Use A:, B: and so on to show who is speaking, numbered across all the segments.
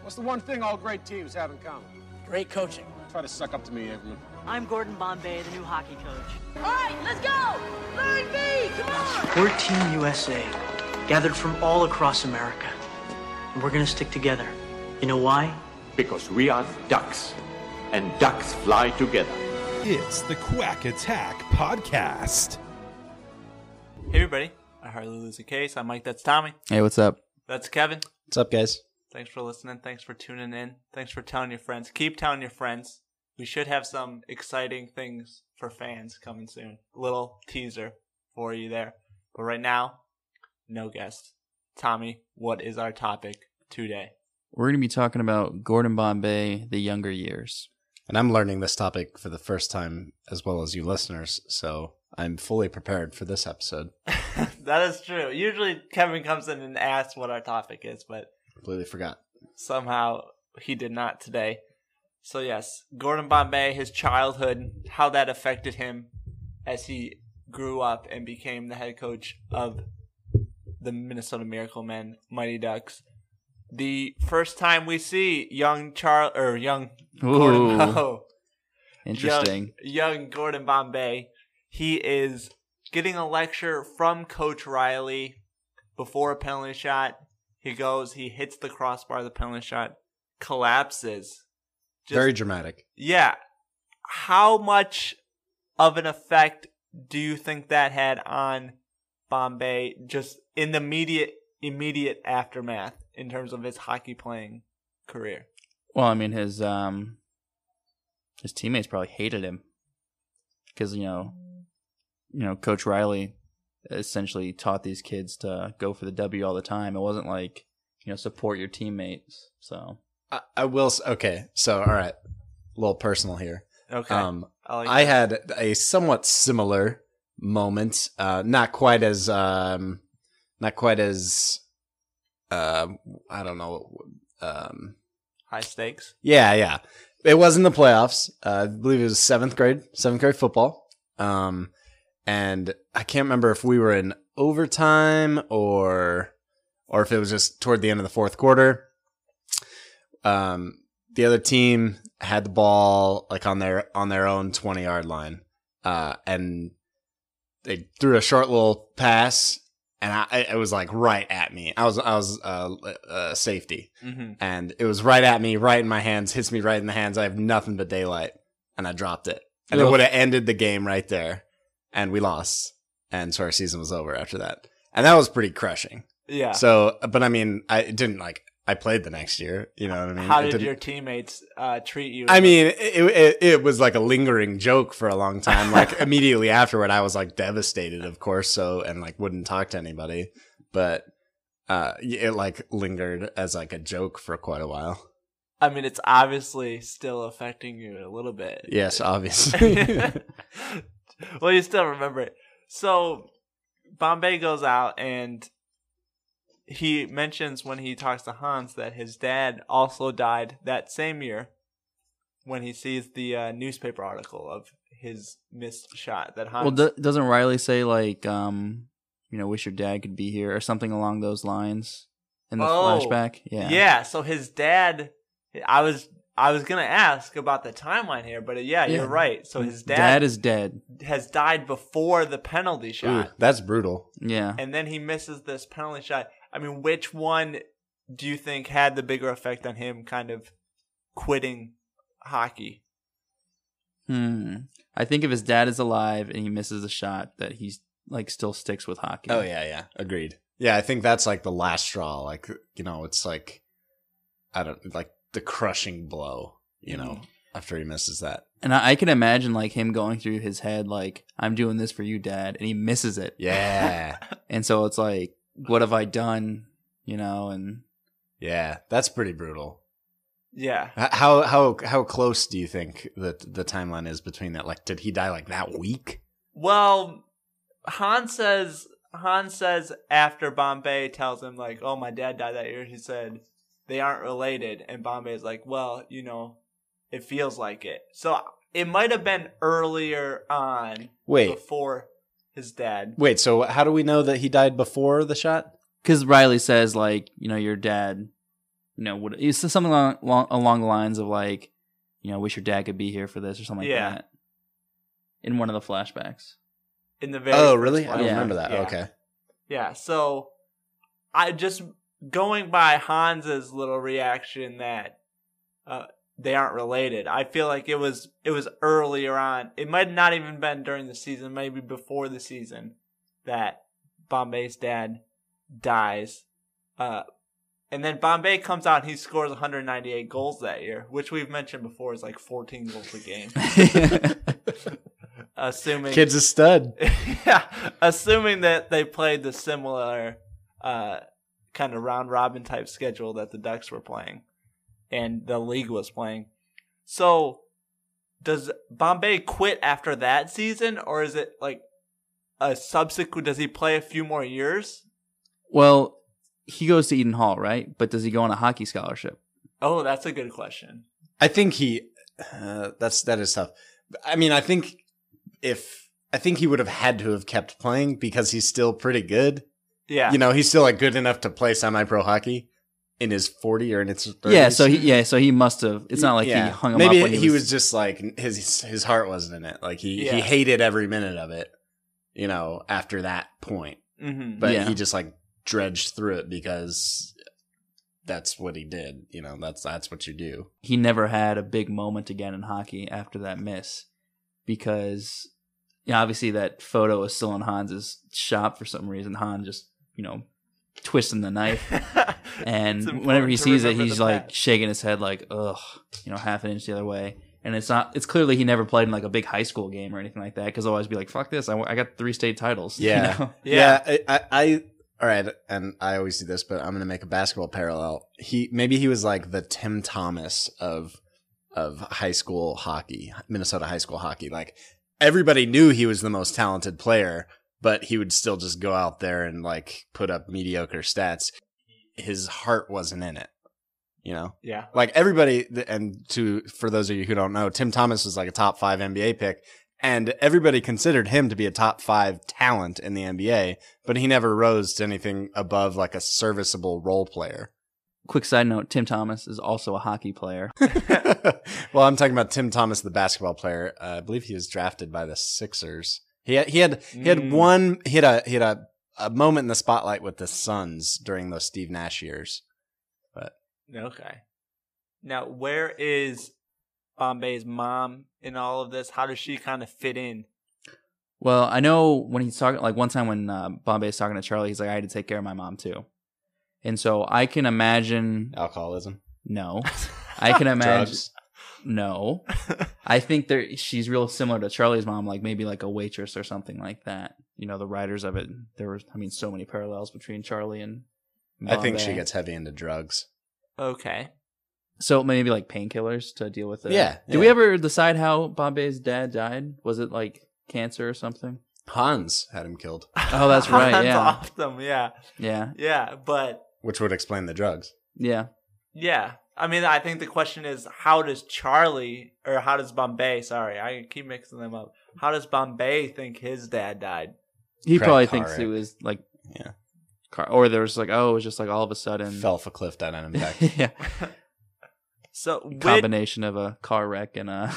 A: What's the one thing all great teams have in common?
B: Great coaching.
A: Try to suck up to me, Everman.
C: I'm Gordon Bombay, the new hockey coach.
D: All right, let's go! Learn me! Come on!
E: We're Team USA, gathered from all across America. And we're gonna stick together. You know why?
F: Because we are ducks, and ducks fly together.
G: It's the Quack Attack Podcast.
H: Hey everybody, I hardly lose a case. I'm Mike. That's Tommy.
I: Hey, what's up?
H: That's Kevin.
J: What's up, guys?
H: Thanks for listening. Thanks for tuning in. Thanks for telling your friends. Keep telling your friends. We should have some exciting things for fans coming soon. Little teaser for you there. But right now, no guest. Tommy, what is our topic today?
I: We're going to be talking about Gordon Bombay, the younger years.
J: And I'm learning this topic for the first time, as well as you listeners, so I'm fully prepared for this episode.
H: that is true. Usually Kevin comes in and asks what our topic is, but
J: Completely forgot.
H: somehow he did not today. So yes, Gordon Bombay, his childhood, how that affected him as he grew up and became the head coach of the Minnesota Miracle Men, Mighty Ducks. The first time we see young Charles or young Gordon,
I: Ooh.
H: oh,
I: Interesting.
H: Young, young Gordon Bombay. He is getting a lecture from Coach Riley before a penalty shot. He goes, he hits the crossbar, the penalty shot collapses. Just-
J: Very dramatic.
H: yeah. How much of an effect do you think that had on Bombay just in the immediate immediate aftermath in terms of his hockey playing career?
I: Well, I mean, his um, his teammates probably hated him because you know, you know, Coach Riley essentially taught these kids to go for the W all the time. It wasn't like you know support your teammates. So
J: I, I will. s- Okay, so all right, a little personal here.
H: Okay.
J: Um,
H: I like
J: I
H: that.
J: had a somewhat similar moment, uh, not quite as, um, not quite as, uh, I don't know, um,
H: high stakes.
J: Yeah, yeah. It was in the playoffs. Uh, I believe it was seventh grade, seventh grade football. Um, and I can't remember if we were in overtime or, or if it was just toward the end of the fourth quarter. Um, the other team had the ball like on their on their own twenty yard line, uh, and they threw a short little pass, and I it was like right at me. I was I was uh, uh safety,
H: Mm-hmm.
J: and it was right at me, right in my hands, hits me right in the hands. I have nothing but daylight, and I dropped it, and it
I: Ugh.
J: would have ended the game right there, and we lost, and so our season was over after that, and that was pretty crushing.
H: Yeah.
J: So, but I mean, I it didn't like I played the next year, you know what I mean?
H: How
J: It
H: did
J: didn't-
H: your teammates uh, treat you?
J: I mean, it, it it was like a lingering joke for a long time. Like immediately afterward, I was like devastated, of course. So and like wouldn't talk to anybody, but uh, it like lingered as like a joke for quite a while.
H: I mean, it's obviously still affecting you a little bit.
J: Yes, obviously.
H: well, you still remember it. So Bombay goes out and he mentions when he talks to Hans that his dad also died that same year when he sees the uh, newspaper article of his missed shot that Hans
I: well, do- doesn't Riley say like um, you know, wish your dad could be here or something along those lines in the
H: Oh,
I: flashback? Yeah.
H: So his dad, I was I was gonna ask about the timeline here, but uh, yeah,
I: Yeah.
H: you're right. So his dad,
I: Dad is dead.
H: has died before the penalty
J: Ooh,
H: shot,
J: that's brutal.
I: Yeah.
H: and then he misses this penalty shot. I mean, which one do you think had the bigger effect on him, kind of quitting hockey?
I: Hmm. I think if his dad is alive and he misses a shot, that he's like still sticks with hockey.
J: Oh yeah, yeah, agreed. Yeah, I think that's like the last straw. Like you know, it's like I don't like the crushing blow. You know, after he misses that.
I: And I, I can imagine like him going through his head like, "I'm doing this for you, dad," and he misses it.
J: Yeah,
I: And so it's like, "What have I done?" You know. And
J: yeah, that's pretty brutal.
H: Yeah,
J: H- How how how close do you think that the timeline is between that? Like, did he die like that week?
H: Well, Han says Han says after Bombay tells him like, "Oh, my dad died that year." He said they aren't related, and Bombay's like, "Well, you know, it feels like it." So it might have been earlier on
J: Wait,
H: before his dad.
J: wait. So how do we know that he died before the shot?
I: because Riley says like, you know, your dad, you know, would it's something along, along, along the lines of like, you know, wish your dad could be here for this or something like
H: Yeah.
I: that. In one of the flashbacks.
H: in the very
J: Oh,
H: first
J: really? I don't
I: Yeah.
J: remember that.
H: Yeah.
J: Okay.
H: Yeah, so I just going by Hans's little reaction that uh, they aren't related. I feel like it was it was earlier on. It might not even been during the season, maybe before the season that Bombay's dad dies. Uh, and then Bombay comes out and he scores 198 goals that year, which we've mentioned before is like 14 goals a game. assuming
J: Kid's a stud.
H: yeah, assuming that they played the similar uh, kind of round robin type schedule that the Ducks were playing and the league was playing. So, does Bombay quit after that season, or is it like a subsequent? Does he play a few more years?
I: well, he goes to Eden Hall, right? But does he go on a hockey scholarship?
H: Oh, that's a good question.
J: I think he. Uh, that's that is tough. I mean, I think if I think he would have had to have kept playing because he's still pretty good.
H: Yeah,
J: You know, he's still like good enough to play semi-pro hockey in his forty or in his 30s.
I: Yeah, so he yeah, so he must have. It's not like
J: Yeah.
I: he hung him
J: Maybe
I: up. When he,
J: was, just like his his heart wasn't in it. Like he
H: Yeah.
J: he hated every minute of it. You know, after that point,
H: hmm
J: but
I: Yeah.
J: he just like dredged through it because that's what he did. You know, that's that's what you do.
I: he never had a big moment again in hockey after that miss because you know, obviously that photo is still in Hans's shop for some reason. Han just you know twisting the knife.
H: It's
I: And
H: important
I: whenever he
H: to
I: sees it,
H: remember
I: he's
H: the
I: like
H: past.
I: shaking his head, like ugh, you know, half an inch the other way. And it's not. It's clearly he never played in like a big high school game or anything like that. Because always be like, "Fuck this! I, wa- I got three state titles." you
J: Yeah.
I: know?
J: Yeah, I, I, I all right, and I always do this, but I'm gonna make a basketball parallel. He maybe he was like the Tim Thomas of of high school hockey, Minnesota high school hockey. Like everybody knew he was the most talented player, but he would still just go out there and like put up mediocre stats. His heart wasn't in it, you know.
H: yeah,
J: Like everybody, and to for those of you who don't know, Tim Thomas was like a top five NBA pick, and everybody considered him to be a top five talent in the NBA, but he never rose to anything above like a serviceable role player.
I: Quick side note: Tim Thomas is also a hockey player.
J: well, I'm talking about Tim Thomas, the basketball player. Uh, I believe he was drafted by the Sixers. He had he had he had
H: Mm.
J: one he had a he had a, a moment in the spotlight with the Suns during those Steve Nash years.
H: Okay. Now, where is Bombay's mom in all of this? How does she kind of fit in?
I: Well, I know when he's talking, like one time when uh, Bombay's talking to Charlie, he's like, I had to take care of my mom too. And so I can imagine,
J: Alcoholism,
I: no, I can imagine,
J: drugs.
I: no. I think there, she's real similar to Charlie's mom, like maybe like a waitress or something like that. You know, the writers of it, there were, I mean, so many parallels between Charlie and
J: I think she
I: Bombay.
J: gets heavy into drugs.
H: Okay.
I: So maybe like painkillers to deal with it.
J: Yeah,
I: Did we
J: yeah.
I: ever decide how Bombay's dad died? Was it like cancer or something?
J: Hans had him killed,
I: Oh, that's right,
H: Hands
I: yeah.
H: off them. Yeah.
I: Yeah.
H: Yeah. But
J: which would explain the drugs.
I: Yeah.
H: yeah. I mean, I think the question is how does Charlie, or how does Bombay, sorry, I keep mixing them up. How does Bombay think his dad died?
I: He
J: Craig
I: probably
J: car
I: thinks it
J: wreck.
I: was like,
J: Yeah.
I: car, or there was like, oh, it was just like all of a sudden,
J: Fell off a cliff down an impact.
I: yeah,
H: So, with,
I: combination of a car wreck and a.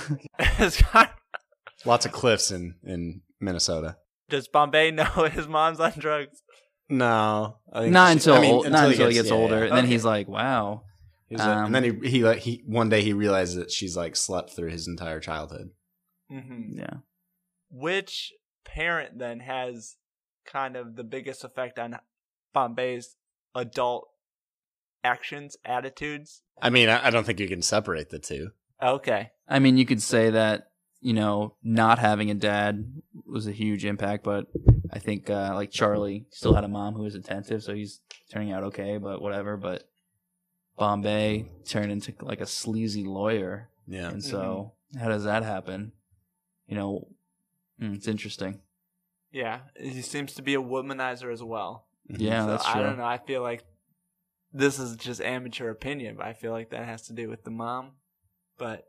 J: Lots of cliffs in in Minnesota.
H: does Bombay know his mom's on drugs?
J: No, I think
I: not
J: she-
I: until
J: I mean,
I: old, not until he gets,
J: yeah,
I: older,
J: yeah.
I: and then he's like, wow,
J: He's like-
I: um,
J: and then he he like he one day he realizes that she's like slept through his entire childhood.
H: Mm-hmm.
I: yeah,
H: which parent then has kind of the biggest effect on Bombay's adult actions, attitudes?
J: I mean, I, I don't think you can separate the two.
H: Okay.
I: I mean, you could say that you know not having a dad was a huge impact, but I think uh, like Charlie still had a mom who was attentive, so he's turning out okay, but whatever. But Bombay turned into like a sleazy lawyer.
J: Yeah,
I: And so, how does that happen? You know, mm, it's interesting.
H: Yeah. He seems to be a womanizer as well.
J: Mm-hmm.
I: Yeah,
H: so
I: that's
H: I
I: true.
H: don't know. I feel like this is just amateur opinion, but I feel like that has to do with the mom. But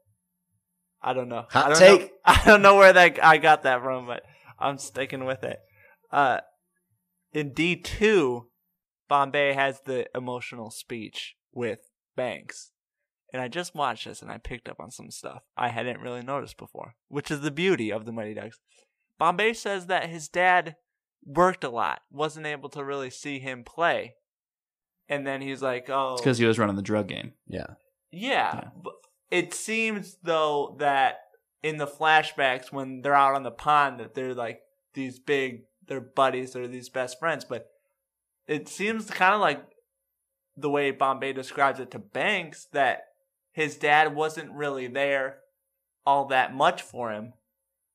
H: I don't know.
J: Hot
H: I don't
J: take.
H: Know, I don't know where that I got that from, but I'm sticking with it. Uh, in D two, Bombay has the emotional speech with Banks. And I just watched this and I picked up on some stuff I hadn't really noticed before, which is the beauty of the Mighty Ducks. Bombay says that his dad worked a lot, wasn't able to really see him play. And then he's like, oh.
I: It's because he was running the drug game.
J: Yeah.
H: Yeah.
I: Yeah.
H: but It seems though that in the flashbacks when they're out on the pond that they're like these big they're buddies, they're these best friends, but it seems kind of like the way Bombay describes it to Banks that his dad wasn't really there all that much for him.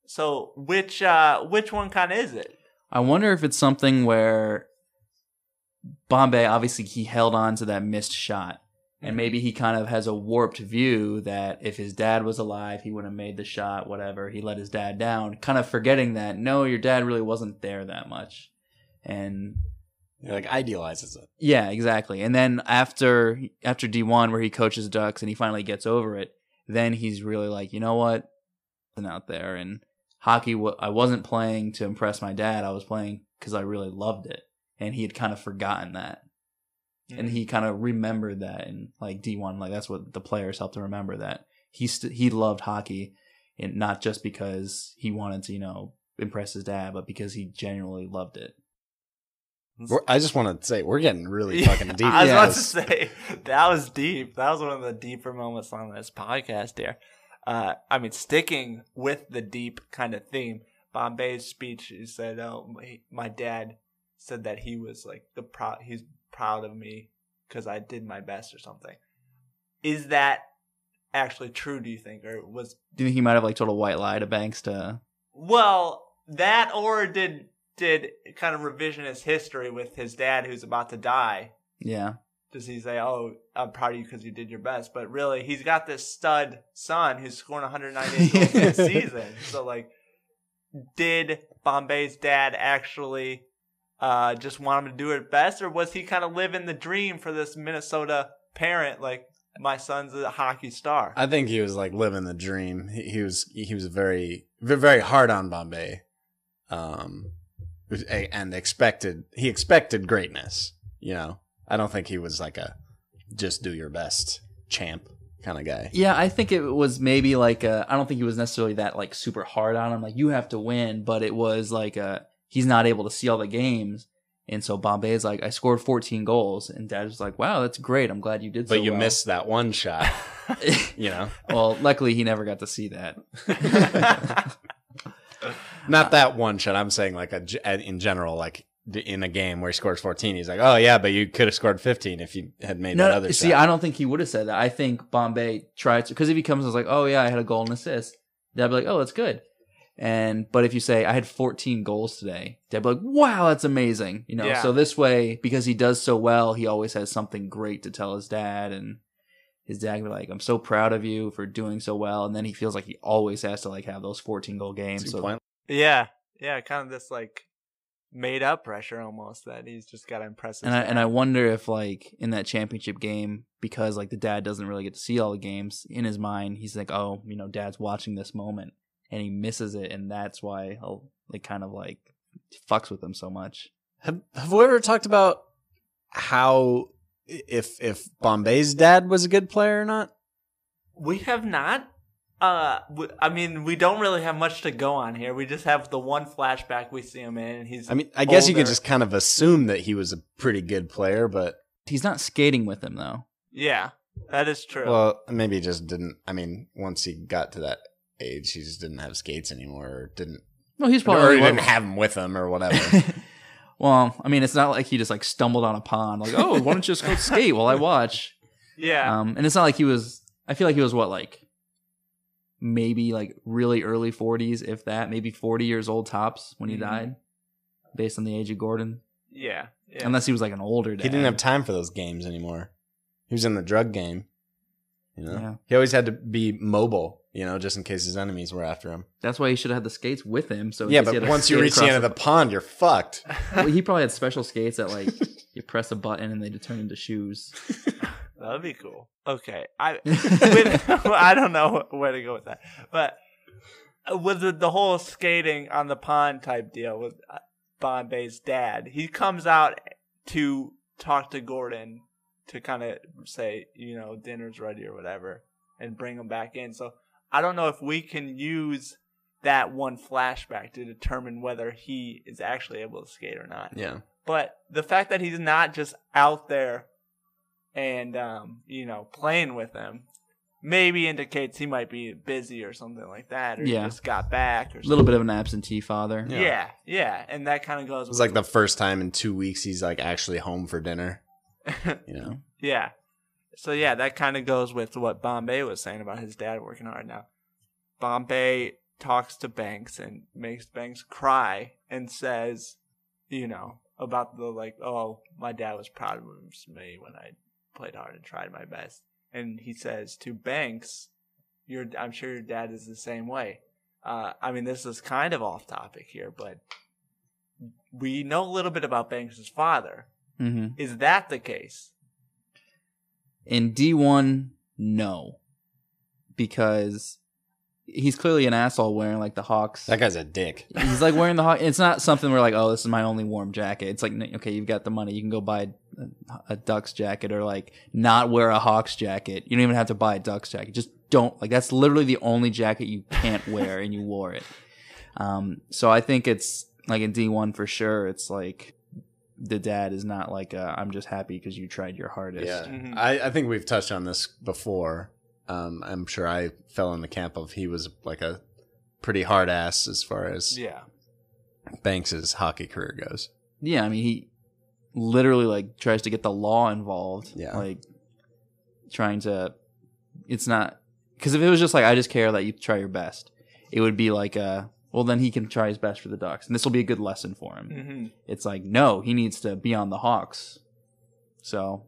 H: So which uh which one kind of is it?
I: I wonder if it's something where Bombay obviously he held on to that missed shot. And maybe he kind of has a warped view that if his dad was alive, he would have made the shot, whatever. He let his dad down, kind of forgetting that, no, your dad really wasn't there that much. And
J: It, like idealizes it.
I: yeah, exactly. And then after after D one, where he coaches Ducks and he finally gets over it, then he's really like, you know what, i out there and hockey. wa- I wasn't playing to impress my dad. I was playing because I really loved it, and he had kind of forgotten that, and he kind of remembered that. And like D one, like that's what the players helped to remember that he st- he loved hockey, and not just because he wanted to, you know, impress his dad, but because he genuinely loved it.
J: We're, I just want to say we're getting really
H: Yeah,
J: fucking deep.
H: I was
J: into
H: about to
J: this.
H: say that was deep. That was one of the deeper moments on this podcast. There, uh, I mean, sticking with the deep kind of theme, Bombay's speech. He said, "Oh, my, my dad said that he was like the pro. He's proud of me because I did my best or something." Is that actually true? Do you think, or was
I: Do you think he might have like told a white lie to Banks to?
H: well, that or did did kind of revisionist history with his dad who's about to die?
I: Yeah.
H: does he say, "Oh, I'm proud of you because you did your best," but really, he's got this stud son who's scoring 198 goals this season. So, like, did Bombay's dad actually uh, just want him to do it best, or was he kind of living the dream for this Minnesota parent? Like, my son's a hockey star.
J: I think he was like living the dream. He, he was he was very ve- very hard on Bombay, um, a- and expected he expected greatness. You know, I don't think he was like a just do your best champ kind of guy.
I: Yeah, I think it was maybe like I I don't think he was necessarily that like super hard on him. Like you have to win, but it was like uh he's not able to see all the games, and so Bombay is like I scored 14 goals, and Dad was like, wow, that's great. I'm glad you did.
J: But
I: so
J: you
I: well."
J: missed that one shot. you know,
I: well, luckily he never got to see that.
J: not that one shot. I'm saying like a, ge- in general, like d- in a game where he scores 14, he's like, oh yeah, but you could have scored 15 if you had made that
I: No,
J: other
I: see,
J: shot.
I: I don't think he would have said that. I think Bombay tried to because if he comes and is like, "Oh yeah, I had a goal and assist," they'd be like, "Oh, that's good." And but if you say I had 14 goals today, they'd be like, "Wow, that's amazing!" You know.
H: Yeah.
I: So this way, because he does so well, he always has something great to tell his dad, and his dad can be like, "I'm so proud of you for doing so well," and then he feels like he always has to like have those 14 goal games.
J: Two
I: So
J: point
H: yeah, yeah, kind of this like made up pressure almost that he's just got to impress. his
I: And I and I
H: dad.
I: wonder if like in that championship game, because like the dad doesn't really get to see all the games, in his mind he's like, oh, you know, dad's watching this moment, and he misses it, and that's why he'll, it kind of like fucks with him so much.
J: Have Have we ever talked about how if if Bombay's dad was a good player or not?
H: We have not. Uh, w I I mean, we don't really have much to go on here. We just have the one flashback we see him in, and he's.
J: I mean, I guess you could
H: older.
J: just kind of assume that he was a pretty good player, but
I: He's not skating with him though.
H: Yeah, that is true.
J: well, maybe he just didn't. I mean, once he got to that age, he just didn't have skates anymore, or didn't,
I: Well, he's
J: or
I: probably
J: he didn't have them with him, or whatever.
I: well, I mean, it's not like he just like stumbled on a pond, like, oh, why don't you just go skate while I watch?
H: yeah,
I: Um, and it's not like he was. I feel like he was what like maybe like really early forties, if that, maybe forty years old tops when he
H: Mhm.
I: died, based on the age of Gordon.
H: yeah, yeah.
I: Unless he was like an older dad.
J: he didn't have time for those games anymore. He was in the drug game. You know,
I: Yeah.
J: he always had to be mobile. You know, just in case his enemies were after him.
I: That's why he should have had the skates with him. So in
J: yeah,
I: case he had
J: but
I: to
J: once you
I: skate
J: reach the
I: across
J: end of the pond, you're fucked.
I: well, he probably had special skates that like you press a button and they turn into shoes.
H: that'd be cool. Okay, I with, I don't know where to go with that, but uh, with the, the whole skating on the pond type deal with uh, Bombay's dad, he comes out to talk to Gordon to kind of say, you know, dinner's ready or whatever, and bring them back in. So I don't know if we can use that one flashback to determine whether he is actually able to skate or not.
J: Yeah.
H: But the fact that he's not just out there and um, you know playing with them maybe indicates he might be busy or something like that, or he
I: Yeah.
H: just got back or
I: A little bit of an absentee father.
H: something. Yeah, yeah, and that kind of goes.
J: It was like the first time in two weeks he's like actually home for dinner. You know,
H: Yeah. So yeah, that kind of goes with what Bombay was saying about his dad working hard now. Bombay talks to Banks and makes Banks cry and says, you know, about the like, oh, my dad was proud of me when I played hard and tried my best. And he says to Banks, "Your, I'm sure your dad is the same way." Uh, I mean, this is kind of off topic here, but we know a little bit about Banks' father.
I: hmm
H: Is that the case?
I: In D1, no. Because he's clearly an asshole wearing like the Hawks.
J: that guy's a dick.
I: he's like wearing the Hawks. It's not something where like, oh, this is my only warm jacket. It's like, n- okay, you've got the money. You can go buy a, a Ducks jacket or like not wear a Hawks jacket. You don't even have to buy a Ducks jacket. Just don't. Like, that's literally the only jacket you can't wear and you wore it. Um, so I think it's like in D1 for sure. It's like the dad is not like, uh, I'm just happy because you tried your hardest.
J: Yeah,
H: Mhm.
J: I, I think we've touched on this before. Um, I'm sure I fell in the camp of he was like a pretty hard ass as far as
H: Yeah.
J: Banks's hockey career goes.
I: Yeah, I mean he literally like tries to get the law involved.
J: Yeah.
I: like trying to. It's not because if it was just like I just care that you try your best, it would be like uh well then he can try his best for the Ducks and this will be a good lesson for him.
H: hmm
I: It's like no, he needs to be on the Hawks. So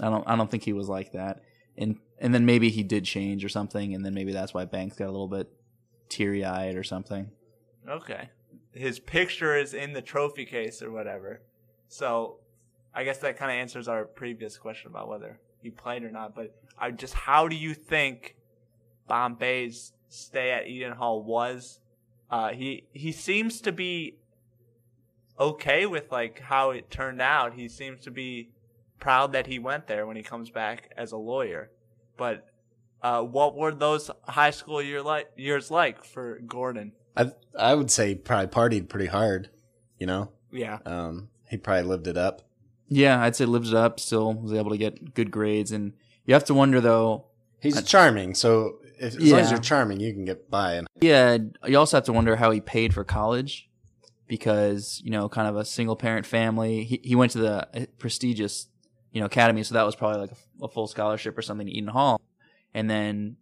I: I don't I don't think he was like that. And and then maybe he did change or something, and then maybe that's why Banks got a little bit teary eyed or something.
H: Okay. His picture is in the trophy case or whatever. So I guess that kind of answers our previous question about whether he played or not. But I just, how do you think Bombay's stay at Eden Hall was? Uh, he he seems to be okay with like how it turned out. He seems to be proud that he went there when he comes back as a lawyer. But uh, what were those high school year li- years like for Gordon?
J: I I would say he probably partied pretty hard. You know,
H: Yeah.
J: um, he probably lived it up.
I: Yeah, I'd say lives it up. Still was able to get good grades, and you have to wonder though.
J: He's charming, so if, as long as
I: Yeah.
J: you're charming, you can get by. And
I: Yeah, you also have to wonder how he paid for college, because you know, kind of a single parent family. He he went to the uh, prestigious, you know, academy, so that was probably like a, a full scholarship or something to Eaton Hall, and then.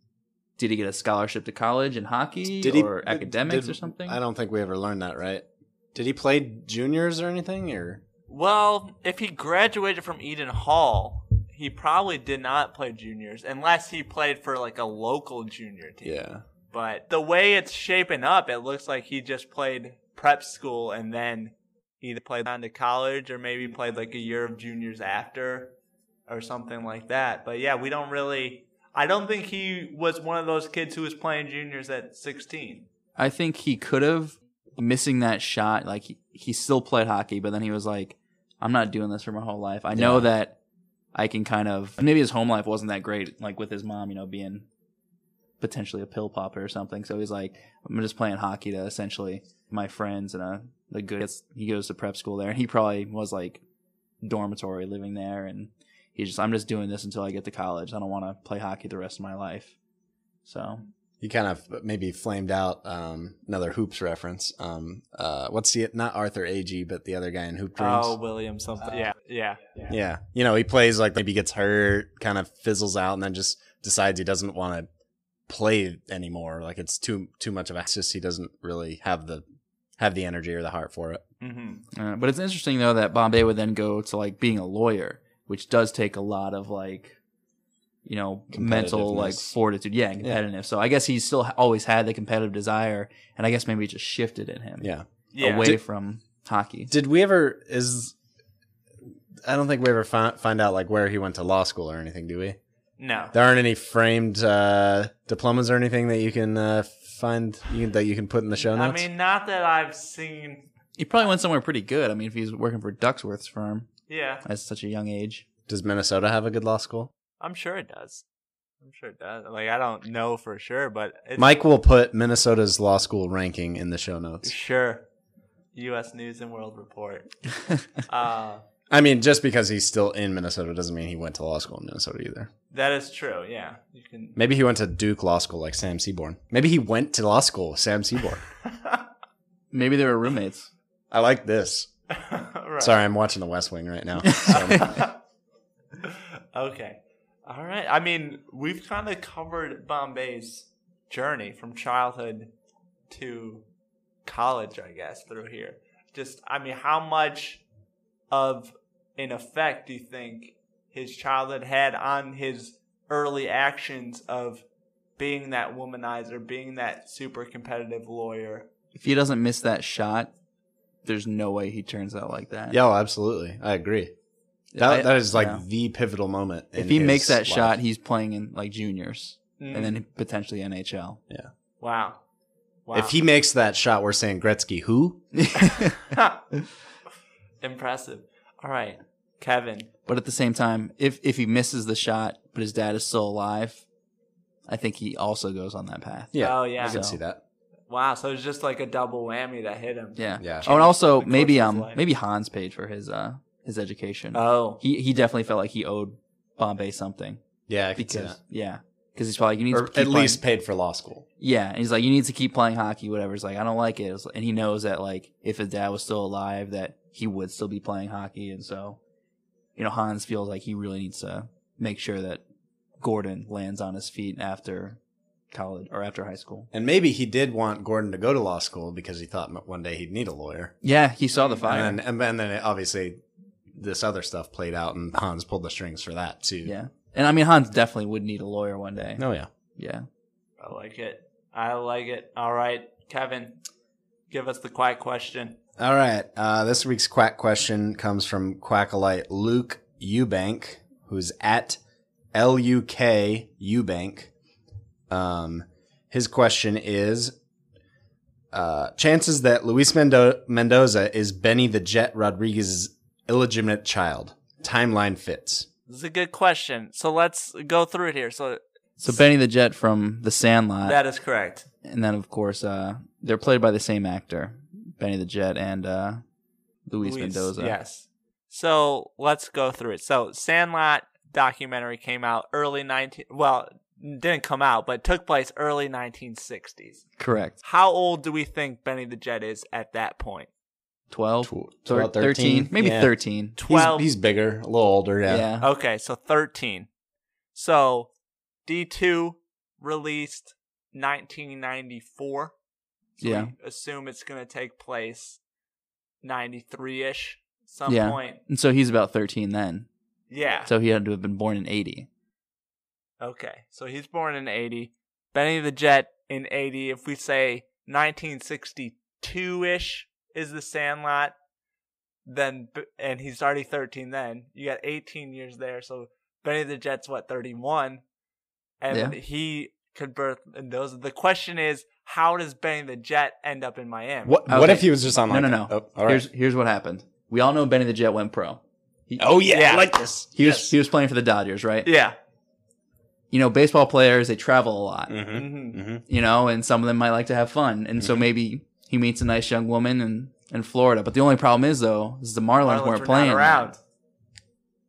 I: Did he get a scholarship to college in hockey or academics
J: did-
I: or something?
J: I don't think we ever learned that, right? Did he play juniors or anything? Or
H: Well, if he graduated from Eden Hall, he probably did not play juniors unless he played for like a local junior team. But the way it's shaping up, it looks like he just played prep school and then either played on to college or maybe played like a year of juniors after or something like that. But yeah, we don't really. I don't think he was one of those kids who was playing juniors at 16.
I: I think he could have missing that shot. Like he, he still played hockey, but then he was like, I'm not doing this for my whole life. I know that I can kind of maybe his home life wasn't that great, like with his mom, you know, being potentially a pill popper or something. So he's like, I'm just playing hockey to essentially my friends and a the good. He goes to prep school there, and he probably was like dormitory living there, and he's just I'm just doing this until I get to college. I don't want to play hockey the rest of my life. So
J: he kind of maybe flamed out. Um, another hoops reference. Um, uh, what's the not Arthur Ag, but the other guy in Hoop Dreams?
H: Oh, William something. yeah, yeah.
J: Yeah. You know, he plays like maybe gets hurt, kind of fizzles out, and then just decides he doesn't want to play anymore. Like it's too too much of access. He doesn't really have the have the energy or the heart for it.
H: Mm-hmm.
I: Uh, but it's interesting though that Bombay would then go to like being a lawyer, which does take a lot of like, you know, mental like
J: Competitiveness.
I: fortitude. Yeah, and
J: Yeah.
I: competitive. So I guess he still ha- always had the competitive desire, and I guess maybe it just shifted in him.
J: Yeah.
H: Yeah.
I: away
J: Did-
I: from hockey.
J: Did we ever is I don't think we ever find find out like where he went to law school or anything, do we?
H: No.
J: There aren't any framed uh, diplomas or anything that you can uh, find you that you can put in the show
H: I
J: notes.
H: mean, not that I've seen.
I: He probably went somewhere pretty good. I mean, if he's working for Ducksworth's firm
H: Yeah.
I: at such a young age,
J: Does Minnesota have a good law school?
H: I'm sure it does. I'm sure it does. Like I don't know for sure, but it's
J: Mike will put Minnesota's law school ranking in the show notes.
H: sure. U.S. News and World Report. uh,
J: I mean, just because he's still in Minnesota doesn't mean he went to law school in Minnesota either.
H: that is true. Yeah, you can.
J: Maybe he went to Duke Law School like Sam Seaborn. Maybe he went to law school with Sam Seaborn.
I: Maybe they were roommates.
J: I like this.
H: Right.
J: Sorry, I'm watching The West Wing right now. So,
H: Okay. All right. I mean, we've kind of covered Bombay's journey from childhood to college, I guess, through here. Just, I mean, how much of an effect do you think his childhood had on his early actions of being that womanizer, being that super competitive lawyer?
I: If he doesn't miss that shot, there's no way he turns out like that.
J: yeah, well, absolutely. I agree. That,
I: I-
J: that is like
I: yeah.
J: the pivotal moment. in
I: If he
J: his
I: makes that
J: life.
I: shot, he's playing in like juniors
H: Mm.
I: and then potentially NHL.
H: Wow. Wow.
J: if he makes that shot, we're saying Gretzky. Who?
H: Impressive. All right. Kevin.
I: But at the same time, if if he misses the shot, but his dad is still alive, I think he also goes on that path.
J: Yeah,
H: Oh, yeah.
J: I can
I: So-
J: see that.
H: Wow, so it's just like a double whammy that hit him.
I: Yeah.
J: Yeah.
I: Oh, and also
H: The course
I: maybe
H: of his
I: um
H: life.
I: maybe Hans paid for his uh his education.
J: Uh,
H: Oh.
I: he he definitely felt like he owed Bombay something
J: Yeah, I can see
I: because
J: that.
I: yeah because he's probably like, you need
J: Or
I: to
J: at
I: keep playing-
J: least paid for law school.
I: yeah and he's like you need to keep playing hockey whatever. It's like I don't like it, It's- and he knows that like if his dad was still alive that he would still be playing hockey, and so you know Hans feels like he really needs to make sure that Gordon lands on his feet after college or after high school.
J: And maybe he did want Gordon to go to law school because he thought m- one day he'd need a lawyer.
I: Yeah, he saw the fire.
J: And then, and then- then it- obviously this other stuff played out, and Hans pulled the strings for that too.
I: yeah, and I mean Hans definitely would need a lawyer one day.
J: Oh yeah.
I: Yeah.
H: I like it. I like it. All right, Kevin, give us the quiet question.
J: All right. Uh, this week's quack question comes from quackalite Luke Eubank, who's at L U K Eubank. Um, his question is: uh, Chances that Luis Mendo- Mendoza is Benny the Jet Rodriguez's illegitimate child. Timeline fits.
H: This is a good question. So let's go through it here. So
I: So Benny the Jet from The Sandlot,
H: that is correct.
I: and then of course uh, they're played by the same actor, Benny the Jet and uh, Luis,
H: Luis,
I: Mendoza.
H: Yes. So let's go through it. So Sandlot documentary came out early 19 well, didn't come out, but took place early 1960s.
I: correct.
H: How old do we think Benny the Jet is at that point?
I: 12,
J: Tw-
I: thir-
J: 12,
I: 13,
J: 13,
I: maybe
J: yeah.
I: 13.
H: 12.
J: He's, he's bigger, a little older.
I: Yeah.
J: Yeah.
H: Okay, so 13. So D2 released 1994. So
I: Yeah.
H: we assume it's going to take place 93-ish some
I: Yeah.
H: point.
I: And so he's about 13 then.
H: Yeah.
I: So he had to have been born in 80.
H: okay. So he's born in 80. Benny the Jet in 80. If we say 1962-ish is the Sandlot, then B- and he's already 13 then. You got 18 years there. So Benny the Jet's what 31 and
I: Yeah.
H: he could birth Mendoza. The question is how does Benny the Jet end up in Miami?
J: What, what
I: Okay.
J: if he was just on
I: No,
J: like
I: no,
J: a-
I: no.
J: Oh, all right.
I: Here's here's what happened. We all know Benny the Jet went pro. He,
J: Oh yeah,
H: Yeah.
J: I like this.
I: he was he was playing for the Dodgers, right?
H: Yeah.
I: You know, baseball players they travel a
J: Mm.
I: lot.
J: Mm-hmm.
H: hmm
I: you know, and some of them might like to have fun. And so maybe he meets a nice young woman in, in Florida. But the only problem is though, is the Marlins,
H: Marlins were
I: weren't
H: not
I: playing.
H: around.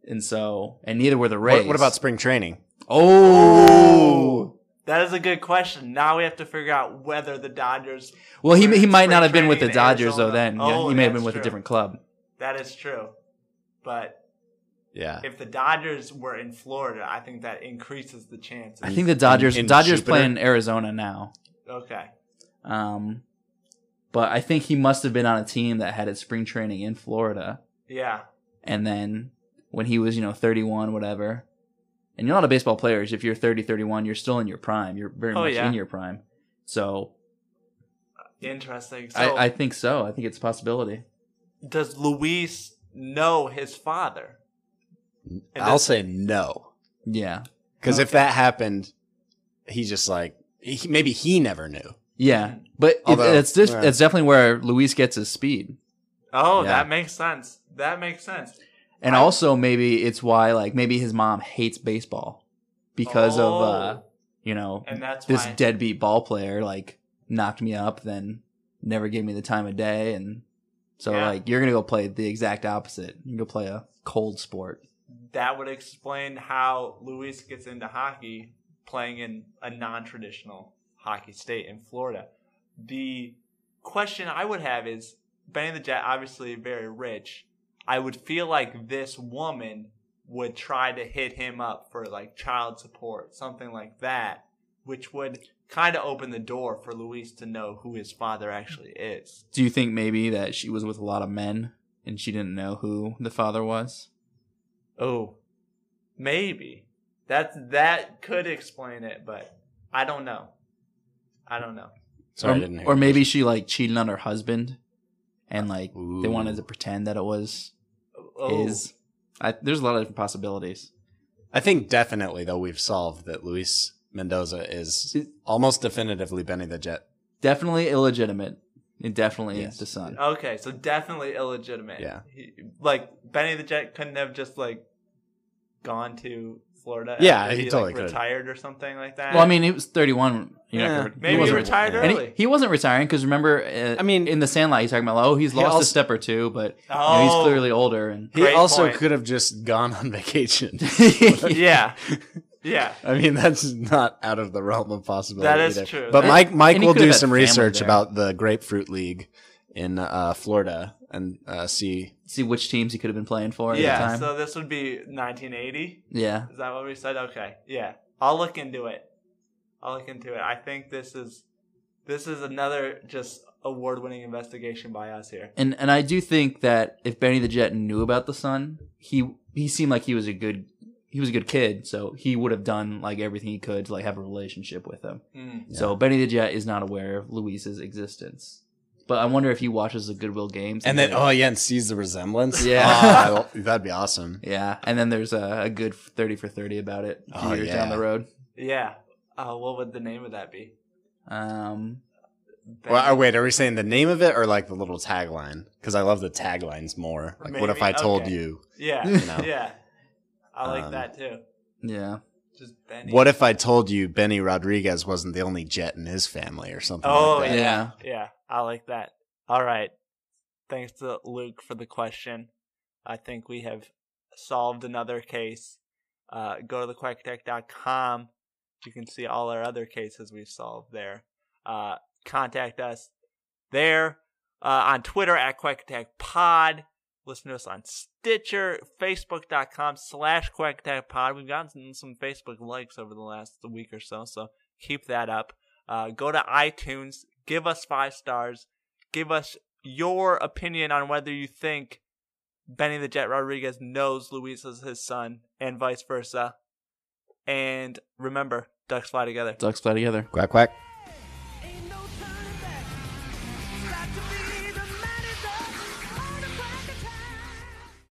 I: And so and neither were the Rays.
J: What, what about spring training?
I: Oh
H: That is a good question. Now we have to figure out whether the Dodgers
I: Well he
H: were
I: he
H: in
I: might not
H: spring
I: have been with the
H: training in
I: Dodgers though
H: Arizona.
I: then.
H: Oh,
I: he may have
H: that's
I: been with
H: true.
I: a different club.
H: That is true. But
J: Yeah.
H: if the Dodgers were in Florida, I think that increases the chances.
I: I think the Dodgers
J: in
I: Dodgers
J: Jupiter?
I: play in Arizona now.
H: Okay.
I: Um but I think he must have been on a team that had its spring training in Florida.
H: Yeah.
I: and then when he was you know 31 whatever and you're not a baseball player if you're 30 31 you're still in your prime you're very
H: Oh,
I: much
H: yeah.
I: in your prime so,
H: Interesting. So
I: I, I think so i think it's a possibility
H: does Luis know his father? And
J: I'll
H: does-
J: say no.
I: yeah
J: Because if that happened, he just like he, maybe he never knew.
H: Mm.
I: yeah but it,
J: Although-
I: it's this
J: yeah.
I: it's definitely where luis gets his speed
H: Oh,
J: Yeah.
H: that makes sense. That makes sense.
I: And also maybe it's why like maybe his mom hates baseball because of uh
H: Oh.
I: you know
H: And that's
I: this
H: why-
I: deadbeat ball player like knocked me up then never gave me the time of day and so
H: Yeah.
I: like you're gonna go play the exact opposite. You go play a cold sport.
H: That would explain how Luis gets into hockey playing in a non traditional hockey state in Florida. The question I would have is Benny the Jet, obviously very rich. I would feel like this woman would try to hit him up for like child support, something like that, which would kind of open the door for Luis to know who his father actually is.
I: Do you think maybe that she was with a lot of men and she didn't know who the father was?
H: Oh, maybe that's that could explain it, but I don't know. I don't know.
J: Sorry,
I: or,
J: I didn't hear.
I: or
J: you.
I: maybe she like cheated on her husband, and like they
J: Ooh.
I: wanted to pretend that it was
H: Oh,
I: his. I, there's a lot of different possibilities.
J: I think definitely though we've solved that Luis Mendoza is almost definitively Benny the Jet.
I: Definitely illegitimate. It definitely is the son.
H: okay, so definitely illegitimate.
J: Yeah.
H: He, like Benny the Jet couldn't have just like gone to Florida.
J: Yeah,
H: after
J: he totally
H: like,
J: could.
H: retired or something like that.
I: Well, I mean, he was 31. You know,
J: Yeah.
I: he
H: maybe he
I: wasn't-
H: retired
I: And
H: early.
I: he, he wasn't retiring because remember, uh,
J: I
I: I
J: mean-
I: mean, in the Sandlot, he's talking about, oh, he's lost
J: also-
I: a step or two, but you know, he's
H: Oh.
I: clearly older. And
J: He
H: Great
J: also
H: point.
J: could have just gone on vacation.
H: yeah, yeah.
J: I mean, that's not out of the realm of possibility.
H: That is
J: either.
H: true.
J: But
H: That-
J: Mike, Mike
I: and he
J: will
I: could have
J: do
I: had
J: some
I: family
J: research
I: there.
J: about the Grapefruit League in uh, Florida and uh, see.
I: see which teams he could have been playing for at the
H: Yeah,
I: time.
H: so this would be 1980.
I: yeah,
H: Is that what we said? Okay. Yeah. I'll look into it. I'll look into it. I think this is this is another just award winning investigation by us here.
I: and and I do think that if Benny the Jet knew about the son, he he seemed like he was a good he was a good kid, so he would have done like everything he could to like have a relationship with him.
H: Mm.
I: So Benny the Jet is not aware of Luis's existence, but I wonder if he watches the Goodwill Games
J: And then,
I: like-
J: oh yeah, and sees the resemblance.
I: Yeah.
J: Ah, that'd be awesome.
I: yeah, and then there's a, a good thirty for thirty about it a few
J: Oh,
I: years
J: yeah.
I: down the road.
H: Yeah. Uh, what would the name of that be?
I: Um,
J: Well, uh, wait, are we saying the name of it or like the little tagline? Because I love the taglines more. Like, what if I
H: Maybe,
J: told
H: okay.
J: you?
H: Yeah.
J: You know.
H: Yeah. I like
J: Um,
H: that too.
I: yeah,
H: Just Benny.
J: What if I told you Benny Rodriguez wasn't the only Jet in his family or something?
H: Oh
J: like
H: yeah.
J: that?
I: Yeah.
H: yeah. I like that. All right. Thanks to Luke for the question. I think we have solved another case. Uh, go to thequacktech.com. You can see all our other cases we've solved there. Uh, contact us there uh, on Twitter at QuackTechPod. Listen to us on Stitcher, Facebook.com slash QuackTechPod. We've gotten some Facebook likes over the last week or so, so keep that up uh, go to iTunes, give us five stars, give us your opinion on whether you think Benny the Jet Rodriguez knows Luis is his son and vice versa. And remember, ducks fly together.
I: ducks fly together.
J: Quack quack.
D: Ain't no turning back. It's got to be